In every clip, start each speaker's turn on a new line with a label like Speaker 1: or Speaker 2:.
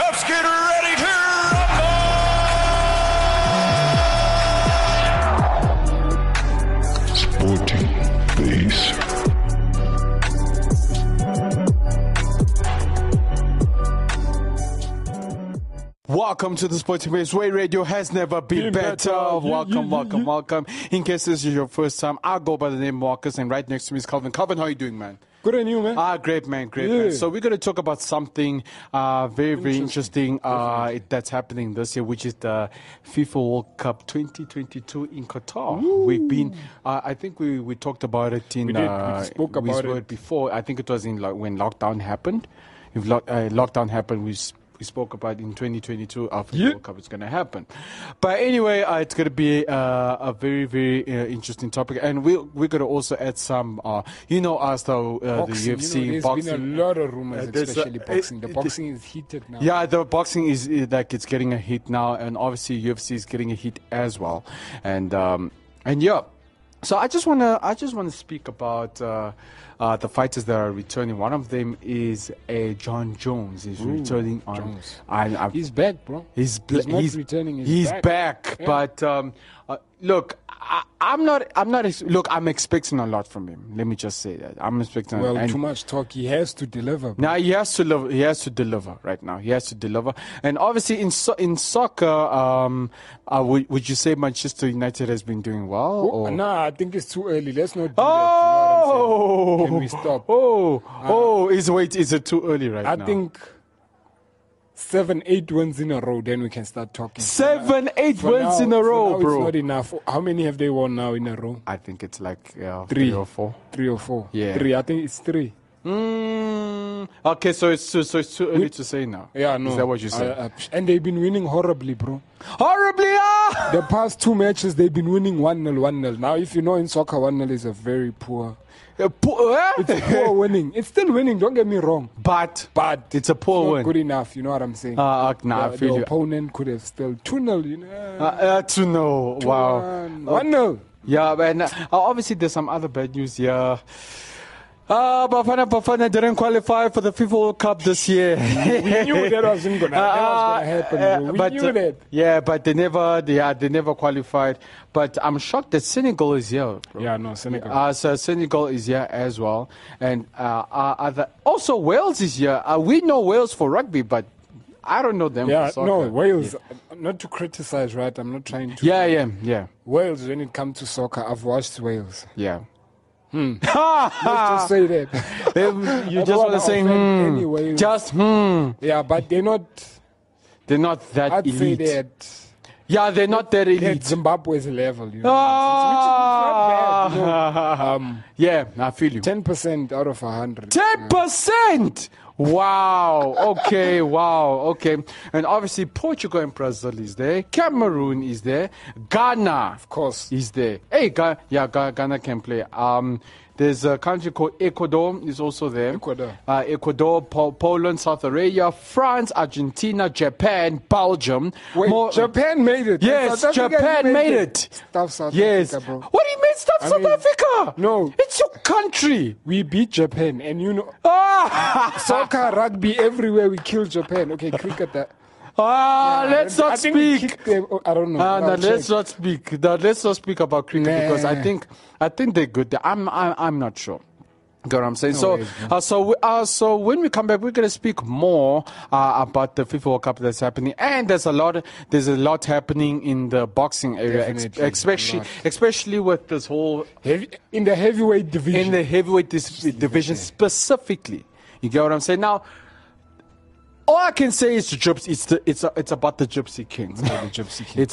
Speaker 1: let's get ready to rumble!
Speaker 2: Sporting base.
Speaker 3: Welcome to the Sporting Base. Way radio has never been, better. Welcome, welcome, welcome. In case this is your first time, I go by the name Marcus, and right next to me is Calvin. Calvin, how are you doing, man?
Speaker 4: Good on you, man.
Speaker 3: Ah, great man, great
Speaker 4: Yeah.
Speaker 3: man. So we're going to talk about something uh, very, very interesting uh, it- that's happening this year, which is the FIFA World Cup 2022 in Qatar. We've been, uh, I think we, we talked about it in
Speaker 4: We did. We
Speaker 3: uh,
Speaker 4: spoke about
Speaker 3: spoke
Speaker 4: it.
Speaker 3: before. I think it was in like, when lockdown happened. If lock, uh, lockdown happened, we. s- We spoke about in 2022 after the
Speaker 4: Yeah.
Speaker 3: World Cup it's going to happen, but anyway, uh, it's going to be uh, a very very uh, interesting topic, and we we're going to also add some, uh, you know, us though, uh, the
Speaker 4: boxing,
Speaker 3: UFC,
Speaker 4: you know, there's
Speaker 3: boxing.
Speaker 4: been a lot of rumors,
Speaker 3: Uh, there's a-
Speaker 4: especially boxing. The
Speaker 3: it- it-
Speaker 4: boxing is heated now.
Speaker 3: yeah, the boxing is is like it's getting a hit now, and obviously UFC is getting a hit as well, and um, and yeah. So I just wanna I just wanna speak about uh, uh, the fighters that are returning. One of them is a John Jones. He's returning on.
Speaker 4: Jones.
Speaker 3: I, I,
Speaker 4: He's back, bro.
Speaker 3: He's, bl-
Speaker 4: he's not returning. He's,
Speaker 3: he's
Speaker 4: back. Yeah.
Speaker 3: But um, uh, look, I, I'm not. I'm not. Ex- look, I'm expecting a lot from him. Let me just say that I'm expecting.
Speaker 4: Well,
Speaker 3: and-
Speaker 4: too much talk. He has to deliver. bro.
Speaker 3: now he has to deliver. He has to deliver right now. He has to deliver. And obviously in so- in soccer, um, uh, would would you say Manchester United has been doing well?
Speaker 4: Oh,
Speaker 3: or?
Speaker 4: Nah, I think it's too early. Let's not do
Speaker 3: Oh,
Speaker 4: that. You know what I'm saying? Can we stop? Uh,
Speaker 3: Oh, oh, is wait, is it too early right
Speaker 4: I
Speaker 3: now?
Speaker 4: think seven, eight wins in a row, then we can start talking.
Speaker 3: seven, eight
Speaker 4: For
Speaker 3: wins
Speaker 4: now-
Speaker 3: in a
Speaker 4: for
Speaker 3: row,
Speaker 4: now
Speaker 3: bro.
Speaker 4: It's not enough. How many have they won now in a row?
Speaker 3: I think it's like uh,
Speaker 4: Three.
Speaker 3: three. or four.
Speaker 4: Three or four.
Speaker 3: Yeah.
Speaker 4: Three. I think it's three.
Speaker 3: Mm, okay, so it's too, so it's too early to say now.
Speaker 4: Yeah, no.
Speaker 3: Is that what you said?
Speaker 4: I- I- and they've been winning horribly, bro.
Speaker 3: Horribly. Ah!
Speaker 4: The past two matches, they've been winning 1 0, 1 0. Now, if you know in soccer, 1 0 is a very poor,
Speaker 3: Uh, poor, eh?
Speaker 4: poor winning. It's still winning, don't get me wrong.
Speaker 3: but
Speaker 4: But
Speaker 3: it's a poor
Speaker 4: not
Speaker 3: win.
Speaker 4: good enough, you know what I'm saying?
Speaker 3: Uh, nah, I
Speaker 4: the,
Speaker 3: feel
Speaker 4: the
Speaker 3: you.
Speaker 4: opponent could have still 2 0, you know.
Speaker 3: Uh, uh, to know, wow. Uh,
Speaker 4: 1 0.
Speaker 3: Yeah, and uh, obviously there's some other bad news here. Uh, Bafana Bafana didn't qualify for the FIFA World Cup this year.
Speaker 4: We knew that wasn't going to happen,
Speaker 3: Uh,
Speaker 4: bro. We
Speaker 3: but,
Speaker 4: knew
Speaker 3: uh,
Speaker 4: that.
Speaker 3: Yeah, but they never, yeah, they never qualified. But I'm shocked that Senegal is here. Bro.
Speaker 4: Yeah, no, Senegal.
Speaker 3: Uh, so Senegal is here as well, and uh, uh, other, also Wales is here. Uh, we know Wales for rugby, but I don't know them.
Speaker 4: Yeah,
Speaker 3: for soccer.
Speaker 4: no, Wales. Not to criticize, right? I'm not trying to.
Speaker 3: Yeah, yeah, yeah,
Speaker 4: Wales, when it comes to soccer, I've watched Wales.
Speaker 3: yeah.
Speaker 4: Let's
Speaker 3: Ah.
Speaker 4: just say that.
Speaker 3: They- you
Speaker 4: I
Speaker 3: just
Speaker 4: don't
Speaker 3: want to
Speaker 4: wanna
Speaker 3: say,
Speaker 4: offend
Speaker 3: hmm,
Speaker 4: any Wales.
Speaker 3: just hmm.
Speaker 4: Yeah, but they're not.
Speaker 3: They're not that
Speaker 4: I'd say
Speaker 3: elite.
Speaker 4: they're at,
Speaker 3: yeah, they're not that
Speaker 4: they're at
Speaker 3: elite.
Speaker 4: Zimbabwe's level. You know,
Speaker 3: Ah!
Speaker 4: which is not bad. You know. um,
Speaker 3: Yeah, I feel you.
Speaker 4: ten percent out of hundred.
Speaker 3: Ten percent. Wow. Okay. wow. Okay. And obviously, Portugal and Brazil is there. Cameroon is there. Ghana
Speaker 4: of course.
Speaker 3: is there. Hey, Ga- yeah, Ga- Ghana can play. Um, there's a country called Ecuador is also there.
Speaker 4: Ecuador.
Speaker 3: Uh, Ecuador, Po- Poland, South Arabia, France, Argentina, Japan, Belgium.
Speaker 4: Wait,
Speaker 3: More-
Speaker 4: Japan made it.
Speaker 3: Yes,
Speaker 4: South Africa
Speaker 3: Japan made it.
Speaker 4: Stuff South
Speaker 3: Yes.
Speaker 4: Africa, bro.
Speaker 3: What do you mean, it's not
Speaker 4: I
Speaker 3: South
Speaker 4: mean,
Speaker 3: Africa?
Speaker 4: no.
Speaker 3: It's your country.
Speaker 4: We beat Japan, and you know,
Speaker 3: Ah,
Speaker 4: soccer, rugby, everywhere we kill Japan. Okay, cricket. That,
Speaker 3: ah let's
Speaker 4: I
Speaker 3: not
Speaker 4: think we
Speaker 3: speak.
Speaker 4: kicked them. Oh, I don't know.
Speaker 3: Uh, no,
Speaker 4: I'll
Speaker 3: let's
Speaker 4: check.
Speaker 3: not speak. No, let's not speak about cricket
Speaker 4: Nah.
Speaker 3: because I think I think they're good. I'm I'm, I'm not sure. Got what I'm saying? so,
Speaker 4: worries,
Speaker 3: uh, so, we, uh, so when we come back, we're gonna speak more uh, about the FIFA World Cup that's happening, and there's a lot, there's a lot happening in the boxing area, ex-
Speaker 4: Definitely, a
Speaker 3: especially,
Speaker 4: lot.
Speaker 3: especially with this whole
Speaker 4: Heavy, in the heavyweight
Speaker 3: in
Speaker 4: division.
Speaker 3: the heavyweight dis- division specifically. You get what I'm saying? Now, all I can say is the gyps- it's the, it's a, it's about the Gypsy King. It's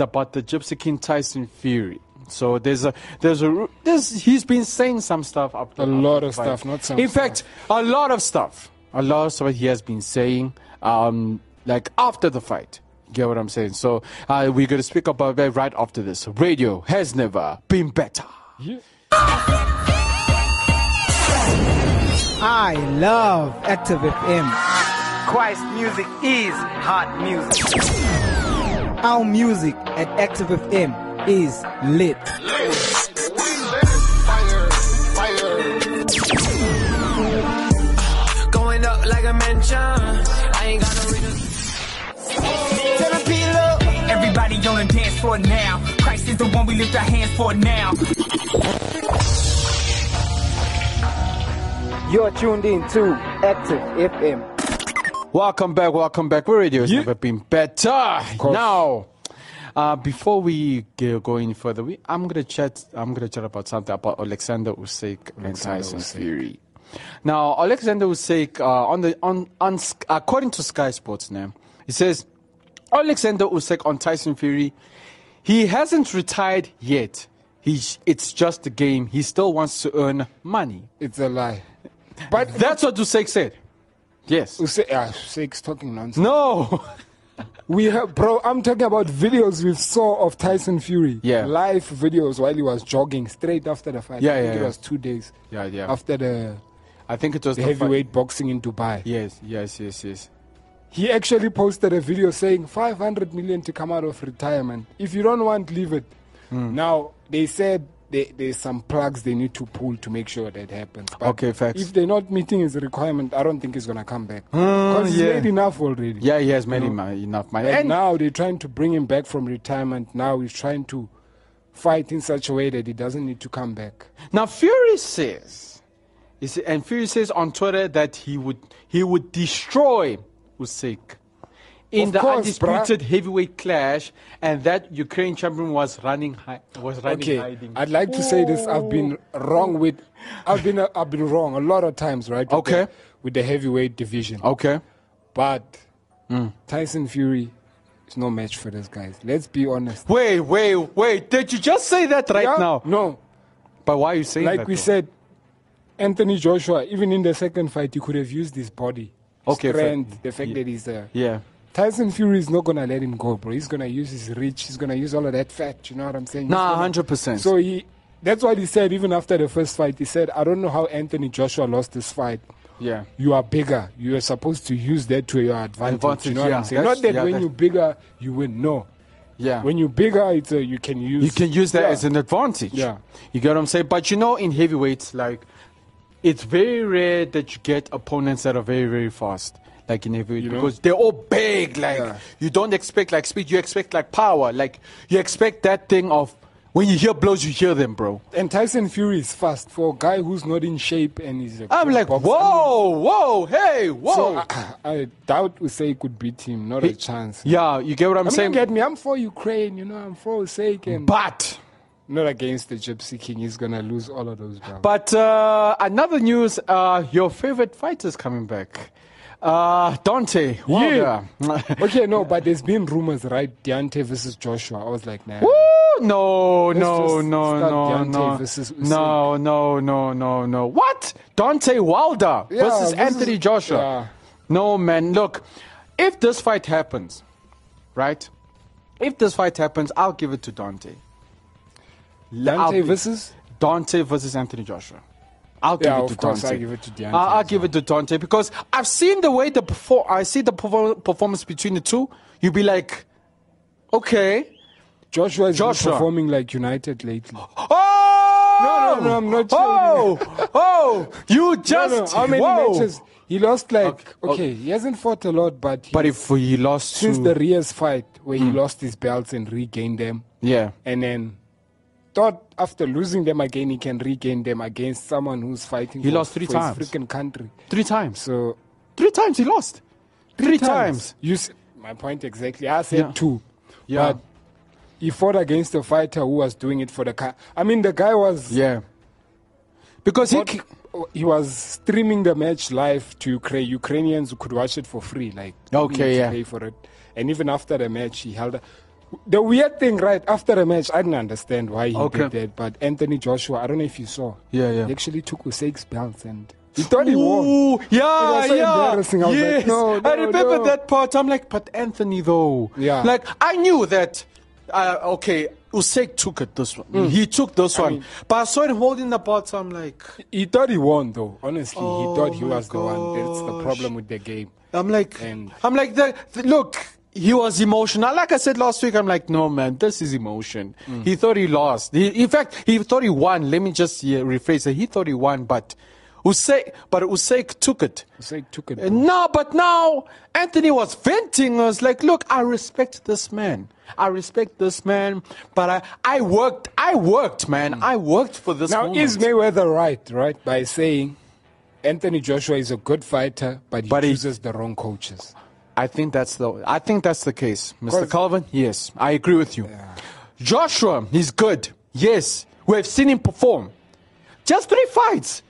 Speaker 3: about the Gypsy King. Tyson Fury. So there's a there's a ru- there's he's been saying some stuff up
Speaker 4: A lot of stuff, not some
Speaker 3: In fact, a lot of stuff, a lot of stuff he has been saying, um, like after the fight. You Get what I'm saying? So uh, we're gonna speak about that right after this. Radio has never been better.
Speaker 5: I love Active FM. Christ music is hot music. Our music at Active FM is lit.
Speaker 6: Going up like a mansion. I ain't got no reason. Tell them peel up.
Speaker 5: Everybody on the dance floor now. Christ is the one we lift our hands for now. You're tuned in to Active FM.
Speaker 3: Welcome back, welcome back. Where radio has never been better.
Speaker 4: course.
Speaker 3: Now, uh, before we go, go any further, we, I'm gonna chat. I'm gonna chat about something about Alexander Usyk and Tyson Fury. Now, Alexander Usyk, uh, on the on on Sk- according to Sky Sports, now it says Alexander Usyk on Tyson Fury. He hasn't retired yet. He's, it's just a game. He still wants to earn money.
Speaker 4: It's a lie. But
Speaker 3: That's what Usyk said. Yes.
Speaker 4: Usyk, ah, Usyk's talking nonsense.
Speaker 3: No.
Speaker 4: We have, bro. I'm talking about videos we saw of Tyson Fury.
Speaker 3: Yeah.
Speaker 4: Live videos while he was jogging straight after the fight.
Speaker 3: Yeah,
Speaker 4: I think
Speaker 3: yeah,
Speaker 4: It
Speaker 3: yeah.
Speaker 4: was two days.
Speaker 3: Yeah, yeah.
Speaker 4: After the,
Speaker 3: I think it was
Speaker 4: the
Speaker 3: the fi-
Speaker 4: heavyweight boxing in Dubai.
Speaker 3: Yes, yes, yes, yes.
Speaker 4: He actually posted a video saying 500 million to come out of retirement. If you don't want, leave it.
Speaker 3: Hmm.
Speaker 4: Now they said they, there's some plugs they need to pull to make sure that happens. But
Speaker 3: Okay, facts. Hmm,
Speaker 4: If they're not meeting his requirement, I don't think he's gonna come back because he's
Speaker 3: yeah.
Speaker 4: made enough already.
Speaker 3: Yeah, he has made him, uh, enough money.
Speaker 4: And,
Speaker 3: And
Speaker 4: now they're trying to bring him back from retirement. Now he's trying to fight in such a way that he doesn't need to come back.
Speaker 3: now Fury says, you see, and Fury says on Twitter that he would he would destroy Usyk in
Speaker 4: Of
Speaker 3: the
Speaker 4: course,
Speaker 3: undisputed heavyweight clash, and that Ukraine champion was running hi- was running
Speaker 4: Okay,
Speaker 3: hiding.
Speaker 4: I'd like to say this. I've been wrong with, I've been I've been wrong a lot of times, right? with
Speaker 3: Okay.
Speaker 4: the- with the heavyweight division,
Speaker 3: okay,
Speaker 4: but
Speaker 3: Mm.
Speaker 4: Tyson Fury is no match for this guys. Let's be honest.
Speaker 3: wait, wait, wait! Did you just say that right
Speaker 4: Yeah?
Speaker 3: now?
Speaker 4: no,
Speaker 3: But why are you saying that?
Speaker 4: like we
Speaker 3: though?
Speaker 4: said, Anthony Joshua, even in the second fight, he could have used his body,
Speaker 3: Okay, fair-
Speaker 4: strength, the fact
Speaker 3: yeah.
Speaker 4: that he's there.
Speaker 3: yeah,
Speaker 4: Tyson Fury is not gonna let him go, bro. He's gonna use his reach. He's gonna use all of that fat. You know what I'm saying? He's
Speaker 3: nah,
Speaker 4: gonna-
Speaker 3: hundred percent.
Speaker 4: So he, that's what he said. Even after the first fight, he said, "I don't know how Anthony Joshua lost this fight.
Speaker 3: yeah,
Speaker 4: You are bigger. You are supposed to use that to your advantage.
Speaker 3: Advantage,
Speaker 4: you know what
Speaker 3: yeah.
Speaker 4: I'm saying?
Speaker 3: That's-
Speaker 4: Not that
Speaker 3: yeah,
Speaker 4: when
Speaker 3: that's-
Speaker 4: you're bigger you win. No,
Speaker 3: yeah.
Speaker 4: when you're bigger, it's a, you can use.
Speaker 3: You can use that
Speaker 4: Yeah.
Speaker 3: as an advantage.
Speaker 4: Yeah.
Speaker 3: You get what I'm saying? But you know, in heavyweights, like, it's very rare that you get opponents that are very, very fast. Like in heavyweight,
Speaker 4: You know?
Speaker 3: because they're all big. Like,
Speaker 4: Yeah.
Speaker 3: you don't expect like speed, you expect like power. Like, you expect that thing of when you hear blows, you hear them, bro.
Speaker 4: And Tyson Fury is fast for a guy who's not in shape and he's. A
Speaker 3: I'm
Speaker 4: good
Speaker 3: like,
Speaker 4: boxer.
Speaker 3: whoa, whoa, hey, whoa.
Speaker 4: So I, I doubt Usay could beat him. Not a chance.
Speaker 3: yeah, you get what I'm
Speaker 4: I mean,
Speaker 3: saying?
Speaker 4: don't get me. I'm for Ukraine. You know, I'm for Usay and
Speaker 3: but.
Speaker 4: not against the Gypsy King. He's gonna lose all of those belts.
Speaker 3: But uh, another news: uh, your favorite fighter's coming back, uh, Dante Wilder.
Speaker 4: okay, no, but there's been rumors, right? Deontay versus Joshua. I was like, nah.
Speaker 3: Woo! No, no,
Speaker 4: just
Speaker 3: no,
Speaker 4: start
Speaker 3: no,
Speaker 4: Deontay
Speaker 3: no,
Speaker 4: versus Usyk.
Speaker 3: no, no, no, no, no. What? Dante Wilder
Speaker 4: Yeah,
Speaker 3: versus
Speaker 4: versus-
Speaker 3: Anthony Joshua.
Speaker 4: yeah.
Speaker 3: No, man. Look, if this fight happens, right? If this fight happens, I'll give it to Dante. I'll
Speaker 4: Deontay
Speaker 3: be-
Speaker 4: versus
Speaker 3: Dante versus Anthony Joshua. I'll give
Speaker 4: Yeah,
Speaker 3: it to
Speaker 4: of course,
Speaker 3: Dante.
Speaker 4: I give it to Deontay
Speaker 3: I- I'll
Speaker 4: as
Speaker 3: give it to Dante because I've seen the way the perfor- I see the perfor- performance between the two. You'll be like, okay,
Speaker 4: Joshua is not
Speaker 3: Joshua.
Speaker 4: performing like United lately.
Speaker 3: oh,
Speaker 4: No, no, no, I'm not
Speaker 3: Oh, oh, you
Speaker 4: No,
Speaker 3: just
Speaker 4: no, how many
Speaker 3: whoa.
Speaker 4: matches? He lost like
Speaker 3: Okay. oh.
Speaker 4: okay, he hasn't fought a lot, but, he-
Speaker 3: But Hmm. if we lost
Speaker 4: since
Speaker 3: to,
Speaker 4: the Rias fight where he lost his belts and regained them,
Speaker 3: yeah,
Speaker 4: and then thought after losing them again he can regain them against someone who's fighting
Speaker 3: He
Speaker 4: for,
Speaker 3: lost three
Speaker 4: for his
Speaker 3: times.
Speaker 4: freaking country.
Speaker 3: three times,
Speaker 4: So
Speaker 3: three times he lost, three, times.
Speaker 4: You s- my point exactly. I said
Speaker 3: Yeah.
Speaker 4: two.
Speaker 3: Yeah.
Speaker 4: But he fought against a fighter who was doing it for the car. I mean, the guy was
Speaker 3: yeah, because he.
Speaker 4: not-
Speaker 3: ki-
Speaker 4: he was streaming the match live to Ukraine. Ukrainians who could watch it for free, like you
Speaker 3: Okay,
Speaker 4: need to
Speaker 3: yeah.
Speaker 4: pay for it. And even after the match, he held. A, the weird thing, right after the match, I didn't understand why he
Speaker 3: Okay.
Speaker 4: did that. But Anthony Joshua, I don't know if you saw.
Speaker 3: Yeah, yeah.
Speaker 4: He actually took Usyk's belt and he thought he won.
Speaker 3: Ooh, yeah,
Speaker 4: It was so
Speaker 3: yeah.
Speaker 4: embarrassing. I was like,
Speaker 3: yes.
Speaker 4: no,
Speaker 3: I
Speaker 4: no,
Speaker 3: remember
Speaker 4: no.
Speaker 3: that part. I'm like, but Anthony though.
Speaker 4: Yeah.
Speaker 3: Like I knew that. Uh, okay, Usyk took it this one.
Speaker 4: Mm.
Speaker 3: He took this one, but I saw him holding the belt. So I'm like,
Speaker 4: He thought he won, though. Honestly, he thought he
Speaker 3: Oh my
Speaker 4: was the one. That's the
Speaker 3: gosh.
Speaker 4: problem with the game.
Speaker 3: I'm like,
Speaker 4: And-
Speaker 3: I'm like, the, th- look, he was emotional. Like I said last week, I'm like, no, man, this is emotion.
Speaker 4: Mm.
Speaker 3: He thought he lost. He, in fact, he thought he won. Let me just yeah, rephrase it. He thought he won, but Usyk, but Usyk took it.
Speaker 4: Usyk took it,
Speaker 3: And now, but now, Anthony was venting. I was like, look, I respect this man. I respect this man, but I, I worked, I worked, man. I worked for this
Speaker 4: Mm. Now,
Speaker 3: moment.
Speaker 4: is Mayweather right, right, by saying Anthony Joshua is a good fighter, but he
Speaker 3: But he-
Speaker 4: chooses the wrong coaches?
Speaker 3: I think that's the I think that's the case, Mr.
Speaker 4: Cause-
Speaker 3: Calvin. Yes, I agree with you. Joshua, he's good. Yes, we have seen him perform. Just three fights.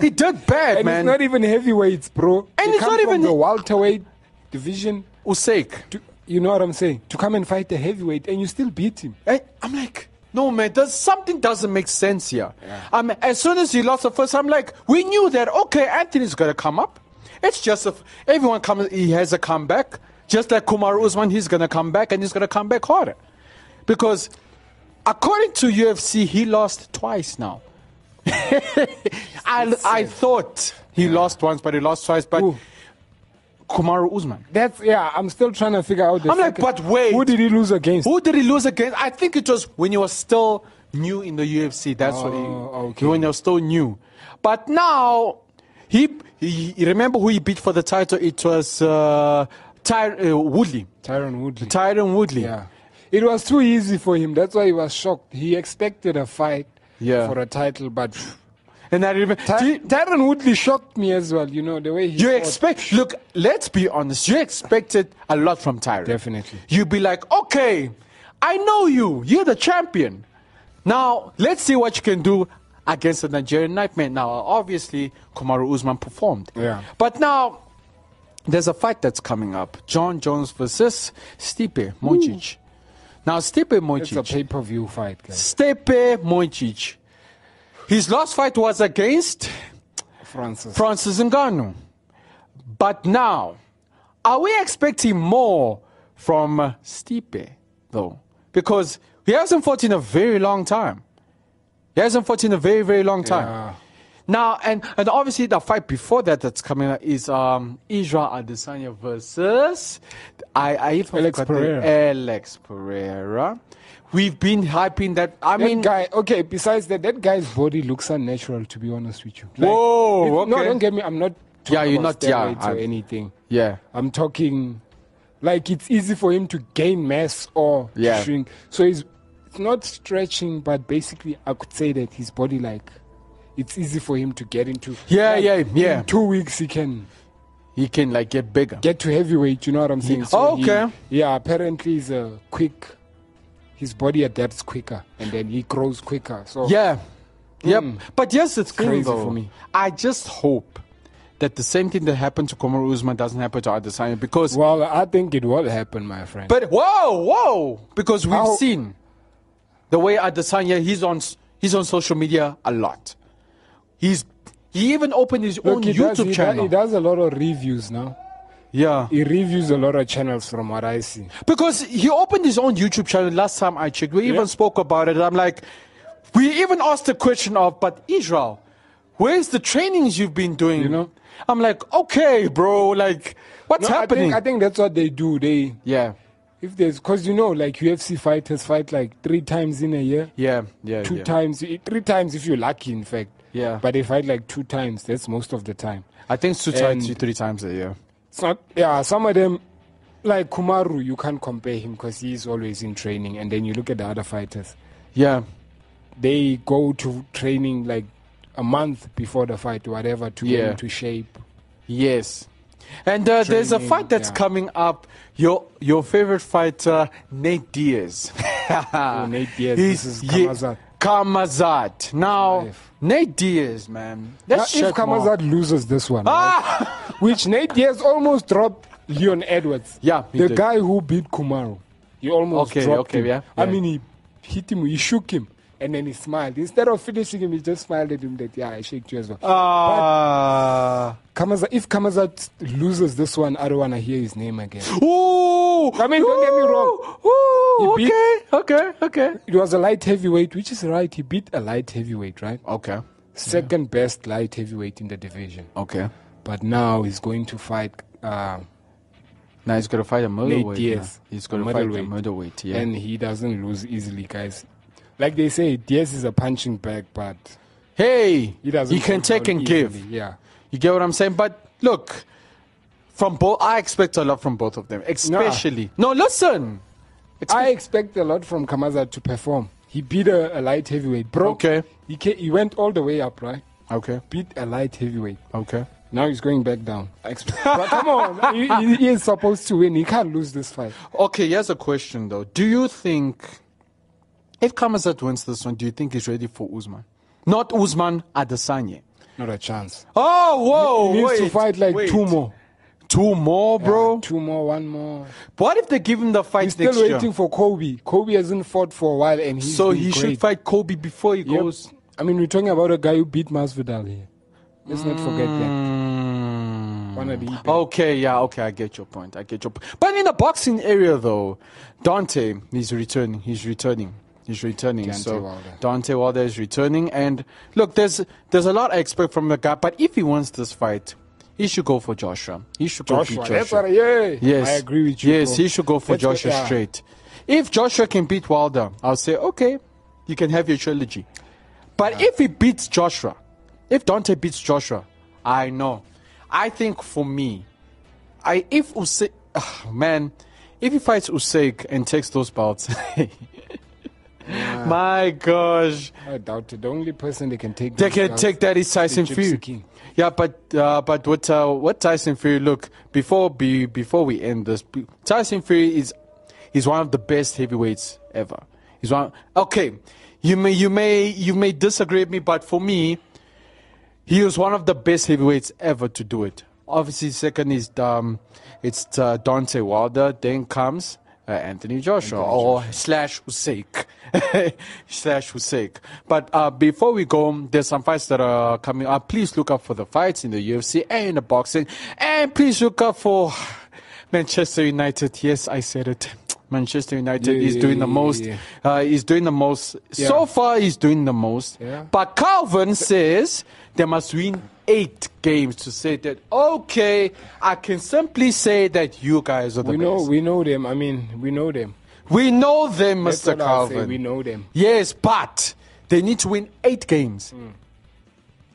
Speaker 3: he did bad,
Speaker 4: And
Speaker 3: man.
Speaker 4: it's not even heavyweights, bro.
Speaker 3: And
Speaker 4: They
Speaker 3: it's
Speaker 4: come
Speaker 3: not
Speaker 4: from
Speaker 3: even-
Speaker 4: the welterweight division.
Speaker 3: Usyk.
Speaker 4: To, you know what I'm saying? To come and fight a heavyweight and you still beat him.
Speaker 3: I, am Eh, like, no, man, there's, something doesn't make sense here. Um, as soon as he lost the first, I'm like, we knew that, okay, Anthony's going to come up. It's just if everyone comes, he has a comeback. Just like Kumar Usman, he's going to come back and he's going to come back harder. Because according to UFC, he lost twice now. I, I thought he lost once, but he lost twice. But
Speaker 4: Ooh.
Speaker 3: Kumar Usman.
Speaker 4: That's yeah. I'm still trying to figure out. The
Speaker 3: I'm like, but
Speaker 4: second-
Speaker 3: wait.
Speaker 4: who did he lose against?
Speaker 3: Who did he lose against? I think it was when you were still new in the UFC. That's what
Speaker 4: Oh,
Speaker 3: he,
Speaker 4: okay.
Speaker 3: when you're still new. But now he, he he- remember who he beat for the title? It was uh, Ty, uh, Woodley,
Speaker 4: Tyron Woodley.
Speaker 3: Tyron Woodley.
Speaker 4: yeah, it was too easy for him. That's why he was shocked. He expected a fight
Speaker 3: Yeah.
Speaker 4: for a title, but
Speaker 3: And I remember
Speaker 4: Ty- Tyron Woodley shocked me as well. You know the way he
Speaker 3: you
Speaker 4: fought.
Speaker 3: expect. Look, let's be honest. You expected a lot from Tyron.
Speaker 4: Definitely.
Speaker 3: You'd be like, okay, I know you. You're the champion. Now let's see what you can do against the Nigerian Nightmare. Now, obviously, Kamaru Usman performed.
Speaker 4: Yeah.
Speaker 3: But now there's a fight that's coming up: John Jones versus Stipe Miocic. Now, Stipe
Speaker 4: It's a
Speaker 3: Miocic.
Speaker 4: pay per view fight, guys.
Speaker 3: Stipe Miocic. His last fight was against
Speaker 4: Francis.
Speaker 3: Francis Ngannou. But now, are we expecting more from uh, Stipe, though? Because he hasn't fought in a very long time. He hasn't fought in a very, very long time.
Speaker 4: Yeah.
Speaker 3: Now, and, and obviously the fight before that that's coming up is um, Israel Adesanya versus I, I even
Speaker 4: Alex
Speaker 3: forgot the-
Speaker 4: Pereira.
Speaker 3: Alex Pereira. We've been hyping that. I
Speaker 4: That
Speaker 3: mean,
Speaker 4: guy. Okay. Besides that, that guy's body looks unnatural. To be honest with you. Like,
Speaker 3: Whoa,
Speaker 4: if- No,
Speaker 3: okay.
Speaker 4: don't get me. I'm not. talking
Speaker 3: Yeah, you're
Speaker 4: about
Speaker 3: not- yeah,
Speaker 4: steroids or
Speaker 3: I-
Speaker 4: anything.
Speaker 3: yeah.
Speaker 4: I'm talking like it's easy for him to gain mass or to
Speaker 3: Yeah.
Speaker 4: shrink. So he's it's not stretching, but basically I could say that his body like it's easy for him to get into.
Speaker 3: Yeah,
Speaker 4: Like,
Speaker 3: yeah, yeah.
Speaker 4: In two weeks he can
Speaker 3: He can like get bigger.
Speaker 4: get to heavyweight. You know what I'm saying?
Speaker 3: Oh,
Speaker 4: he-
Speaker 3: okay.
Speaker 4: yeah, apparently he's a quick. His body adapts quicker, and then he grows quicker. So
Speaker 3: Yeah. Yep.
Speaker 4: Hmm.
Speaker 3: But here's the thing,
Speaker 4: crazy
Speaker 3: though.
Speaker 4: for me.
Speaker 3: I just hope that the same thing that happened to Kamaru Usman doesn't happen to Adesanya because.
Speaker 4: Well, I think it will happen, my friend.
Speaker 3: But whoa, whoa! Because we've
Speaker 4: How-
Speaker 3: seen the way Adesanya he's on s- he's on social media a lot. He's he even opened his own
Speaker 4: he
Speaker 3: YouTube
Speaker 4: does, he
Speaker 3: channel.
Speaker 4: Does, he does a lot of reviews now.
Speaker 3: yeah.
Speaker 4: He reviews a lot of channels from what I see.
Speaker 3: Because he opened his own YouTube channel last time I checked. We even spoke about it. I'm like, we even asked the question of, but Israel, where's the trainings you've been doing?
Speaker 4: You know?
Speaker 3: I'm like, okay, bro, like, what's
Speaker 4: No,
Speaker 3: happening?
Speaker 4: I think, I think that's what they do. They
Speaker 3: yeah,
Speaker 4: if there's because you know like UFC fighters fight like three times in a year,
Speaker 3: yeah, yeah.
Speaker 4: two
Speaker 3: yeah.
Speaker 4: times, eh, three times if you're lucky, in fact.
Speaker 3: Yeah.
Speaker 4: But they fight like two times. That's most of the time.
Speaker 3: I think it's two times,
Speaker 4: And-
Speaker 3: two, three times a year.
Speaker 4: It's not. Yeah. Some of them, like Kumaru, you can't compare him because he's always in training. And then you look at the other fighters.
Speaker 3: Yeah,
Speaker 4: They go to training like a month before the fight, whatever, to get
Speaker 3: Yeah.
Speaker 4: into shape.
Speaker 3: yes. And uh, there's a
Speaker 4: Training,
Speaker 3: fight that's
Speaker 4: yeah.
Speaker 3: coming up. Your your favorite fighter, Nate Diaz.
Speaker 4: Oh, Nate Diaz
Speaker 3: He's-
Speaker 4: versus
Speaker 3: ye-
Speaker 4: Khamzat.
Speaker 3: Khamzat. Now,
Speaker 4: Life.
Speaker 3: Nate Diaz, man.
Speaker 4: Now,
Speaker 3: That's
Speaker 4: if Kamazat loses this one,
Speaker 3: Ah!
Speaker 4: right, which Nate Diaz almost dropped Leon Edwards.
Speaker 3: Yeah, he
Speaker 4: the
Speaker 3: did.
Speaker 4: guy who beat Kumaro. He almost
Speaker 3: Okay,
Speaker 4: dropped
Speaker 3: okay,
Speaker 4: him.
Speaker 3: yeah,
Speaker 4: I
Speaker 3: yeah.
Speaker 4: mean, he hit him, he shook him, and then he smiled. Instead of finishing him, he just smiled at him that, yeah, I shaked you as well.
Speaker 3: Ah.
Speaker 4: Khamzat- if Kamazat loses this one, I don't want to hear his name again.
Speaker 3: Ooh.
Speaker 4: I mean, don't get me wrong.
Speaker 3: Ooh.
Speaker 4: He beat-
Speaker 3: Okay. Okay. Okay.
Speaker 4: It was a light heavyweight, which is right. He beat a light heavyweight, right?
Speaker 3: Okay.
Speaker 4: Second best light heavyweight in the division.
Speaker 3: Okay.
Speaker 4: But now he's going to fight uh,
Speaker 3: Now he's gonna fight a middleweight.
Speaker 4: Nate
Speaker 3: yeah.
Speaker 4: Diaz.
Speaker 3: He's gonna
Speaker 4: a
Speaker 3: fight a middleweight. Yeah.
Speaker 4: And he doesn't lose easily, guys. Like they say, Diaz is a punching bag, but
Speaker 3: hey,
Speaker 4: he doesn't.
Speaker 3: He can
Speaker 4: go
Speaker 3: take
Speaker 4: down
Speaker 3: and give.
Speaker 4: easily. Yeah.
Speaker 3: You get what I'm saying? But look, from both, I expect a lot from both of them, especially. No, listen.
Speaker 4: I expect a lot from Kamaza to perform. He beat a, a light heavyweight, bro.
Speaker 3: Okay.
Speaker 4: He, ca- he went all the way up, right?
Speaker 3: Okay.
Speaker 4: Beat a light heavyweight.
Speaker 3: Okay.
Speaker 4: Now he's going back down. I expect, but come on, he, he- he is supposed to win. He can't lose this fight.
Speaker 3: Okay. Here's a question though. Do you think if Kamazat wins this one, do you think he's ready for Usman? Not Usman Adesanya.
Speaker 4: Not a chance.
Speaker 3: Oh, whoa!
Speaker 4: he needs to
Speaker 3: wait,
Speaker 4: fight like
Speaker 3: wait.
Speaker 4: two more,
Speaker 3: Two more, bro.
Speaker 4: two more, one more.
Speaker 3: What if they give him the fight
Speaker 4: He's
Speaker 3: next
Speaker 4: still waiting
Speaker 3: year?
Speaker 4: for Kobe. Kobe hasn't fought for a while, and he's
Speaker 3: So
Speaker 4: been
Speaker 3: he should
Speaker 4: great.
Speaker 3: fight Kobe before he
Speaker 4: Yep.
Speaker 3: goes.
Speaker 4: I mean, we're talking about a guy who beat Masvidal here. Let's not forget that.
Speaker 3: Mm.
Speaker 4: One of the best.
Speaker 3: Okay, yeah, okay, I get your point. I get your point. But in the boxing area, though, Dante is returning. He's returning. He's returning.
Speaker 4: Deontay
Speaker 3: so
Speaker 4: Wilder.
Speaker 3: Dante Wilder is returning, and look, there's there's a lot I expect from the guy. But if he wants this fight, he should go for Joshua. He should go
Speaker 4: Joshua,
Speaker 3: for
Speaker 4: that's
Speaker 3: Joshua.
Speaker 4: what I- yeah.
Speaker 3: Yes,
Speaker 4: I agree with you.
Speaker 3: Yes,
Speaker 4: bro.
Speaker 3: he should go for
Speaker 4: That's what-
Speaker 3: Joshua
Speaker 4: yeah.
Speaker 3: straight. If Joshua can beat Wilder, I'll say okay, you can have your trilogy. But if he beats Joshua, if Dante beats Joshua, I know. I think for me, I if Usyk, ah, man, if he fights Usyk and takes those bouts, my gosh,
Speaker 4: I doubt it. The only person they can take.
Speaker 3: they
Speaker 4: those
Speaker 3: can
Speaker 4: guys-
Speaker 3: take that is Tyson
Speaker 4: Gypsy
Speaker 3: Fury.
Speaker 4: King.
Speaker 3: Yeah, but uh, but what uh, what Tyson Fury? Look before be, before we end this, be- Tyson Fury is is one of the best heavyweights ever. He's one. Okay, you may you may you may disagree with me, but for me, he was one of the best heavyweights ever to do it. Obviously, second is um, it's uh, Dante Wilder. Then comes uh, Anthony Joshua or slash Usyk slash Usyk. But uh, before we go, there's some fights that are coming up. Please look up for the fights in the UFC and in the boxing, and please look up for Manchester United. Yes, I said it. Manchester United
Speaker 4: Yeah,
Speaker 3: is
Speaker 4: yeah,
Speaker 3: doing the
Speaker 4: yeah,
Speaker 3: most.
Speaker 4: yeah.
Speaker 3: Uh, he's doing the most. So far, he's doing the most.
Speaker 4: Yeah.
Speaker 3: But Calvin says they must win eight games to say that, okay, I can simply say that you guys are the
Speaker 4: We
Speaker 3: best.
Speaker 4: know, we know them. I mean, we know them.
Speaker 3: We know them,
Speaker 4: That's
Speaker 3: Mr.
Speaker 4: what I'll say.
Speaker 3: Calvin.
Speaker 4: We know them.
Speaker 3: Yes, but they need to win eight games.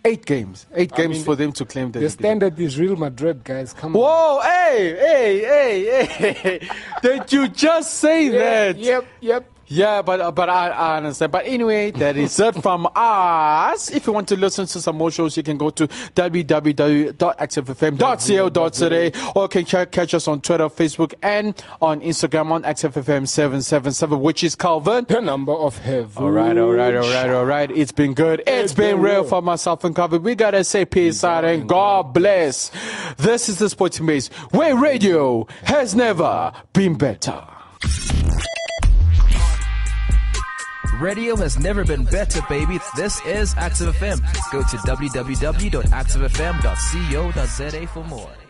Speaker 3: Eight games. Eight
Speaker 4: Hmm. I
Speaker 3: games
Speaker 4: mean,
Speaker 3: for them to claim that. they
Speaker 4: The
Speaker 3: did.
Speaker 4: standard is Real Madrid, guys. Come on.
Speaker 3: Whoa, hey, hey, hey, hey. Did you just say that?
Speaker 4: Yep, yep.
Speaker 3: Yeah, but uh, but I, I understand. But anyway, that is it from us. If you want to listen to some more shows, you can go to www.activefm.co.za or you can ch- catch us on Twitter, Facebook, and on Instagram on ActiveFM777, which is Calvin.
Speaker 4: The number of heaven.
Speaker 3: All right, all right, all right, all right. It's been good. it's been,
Speaker 4: been
Speaker 3: real
Speaker 4: real.
Speaker 3: for myself and Calvin. We gotta say peace out and God bless. This is the Sporting Base where radio has never been better.
Speaker 7: Radio has never been better, baby. This is Active FM. Go to www.activefm.co.za for more.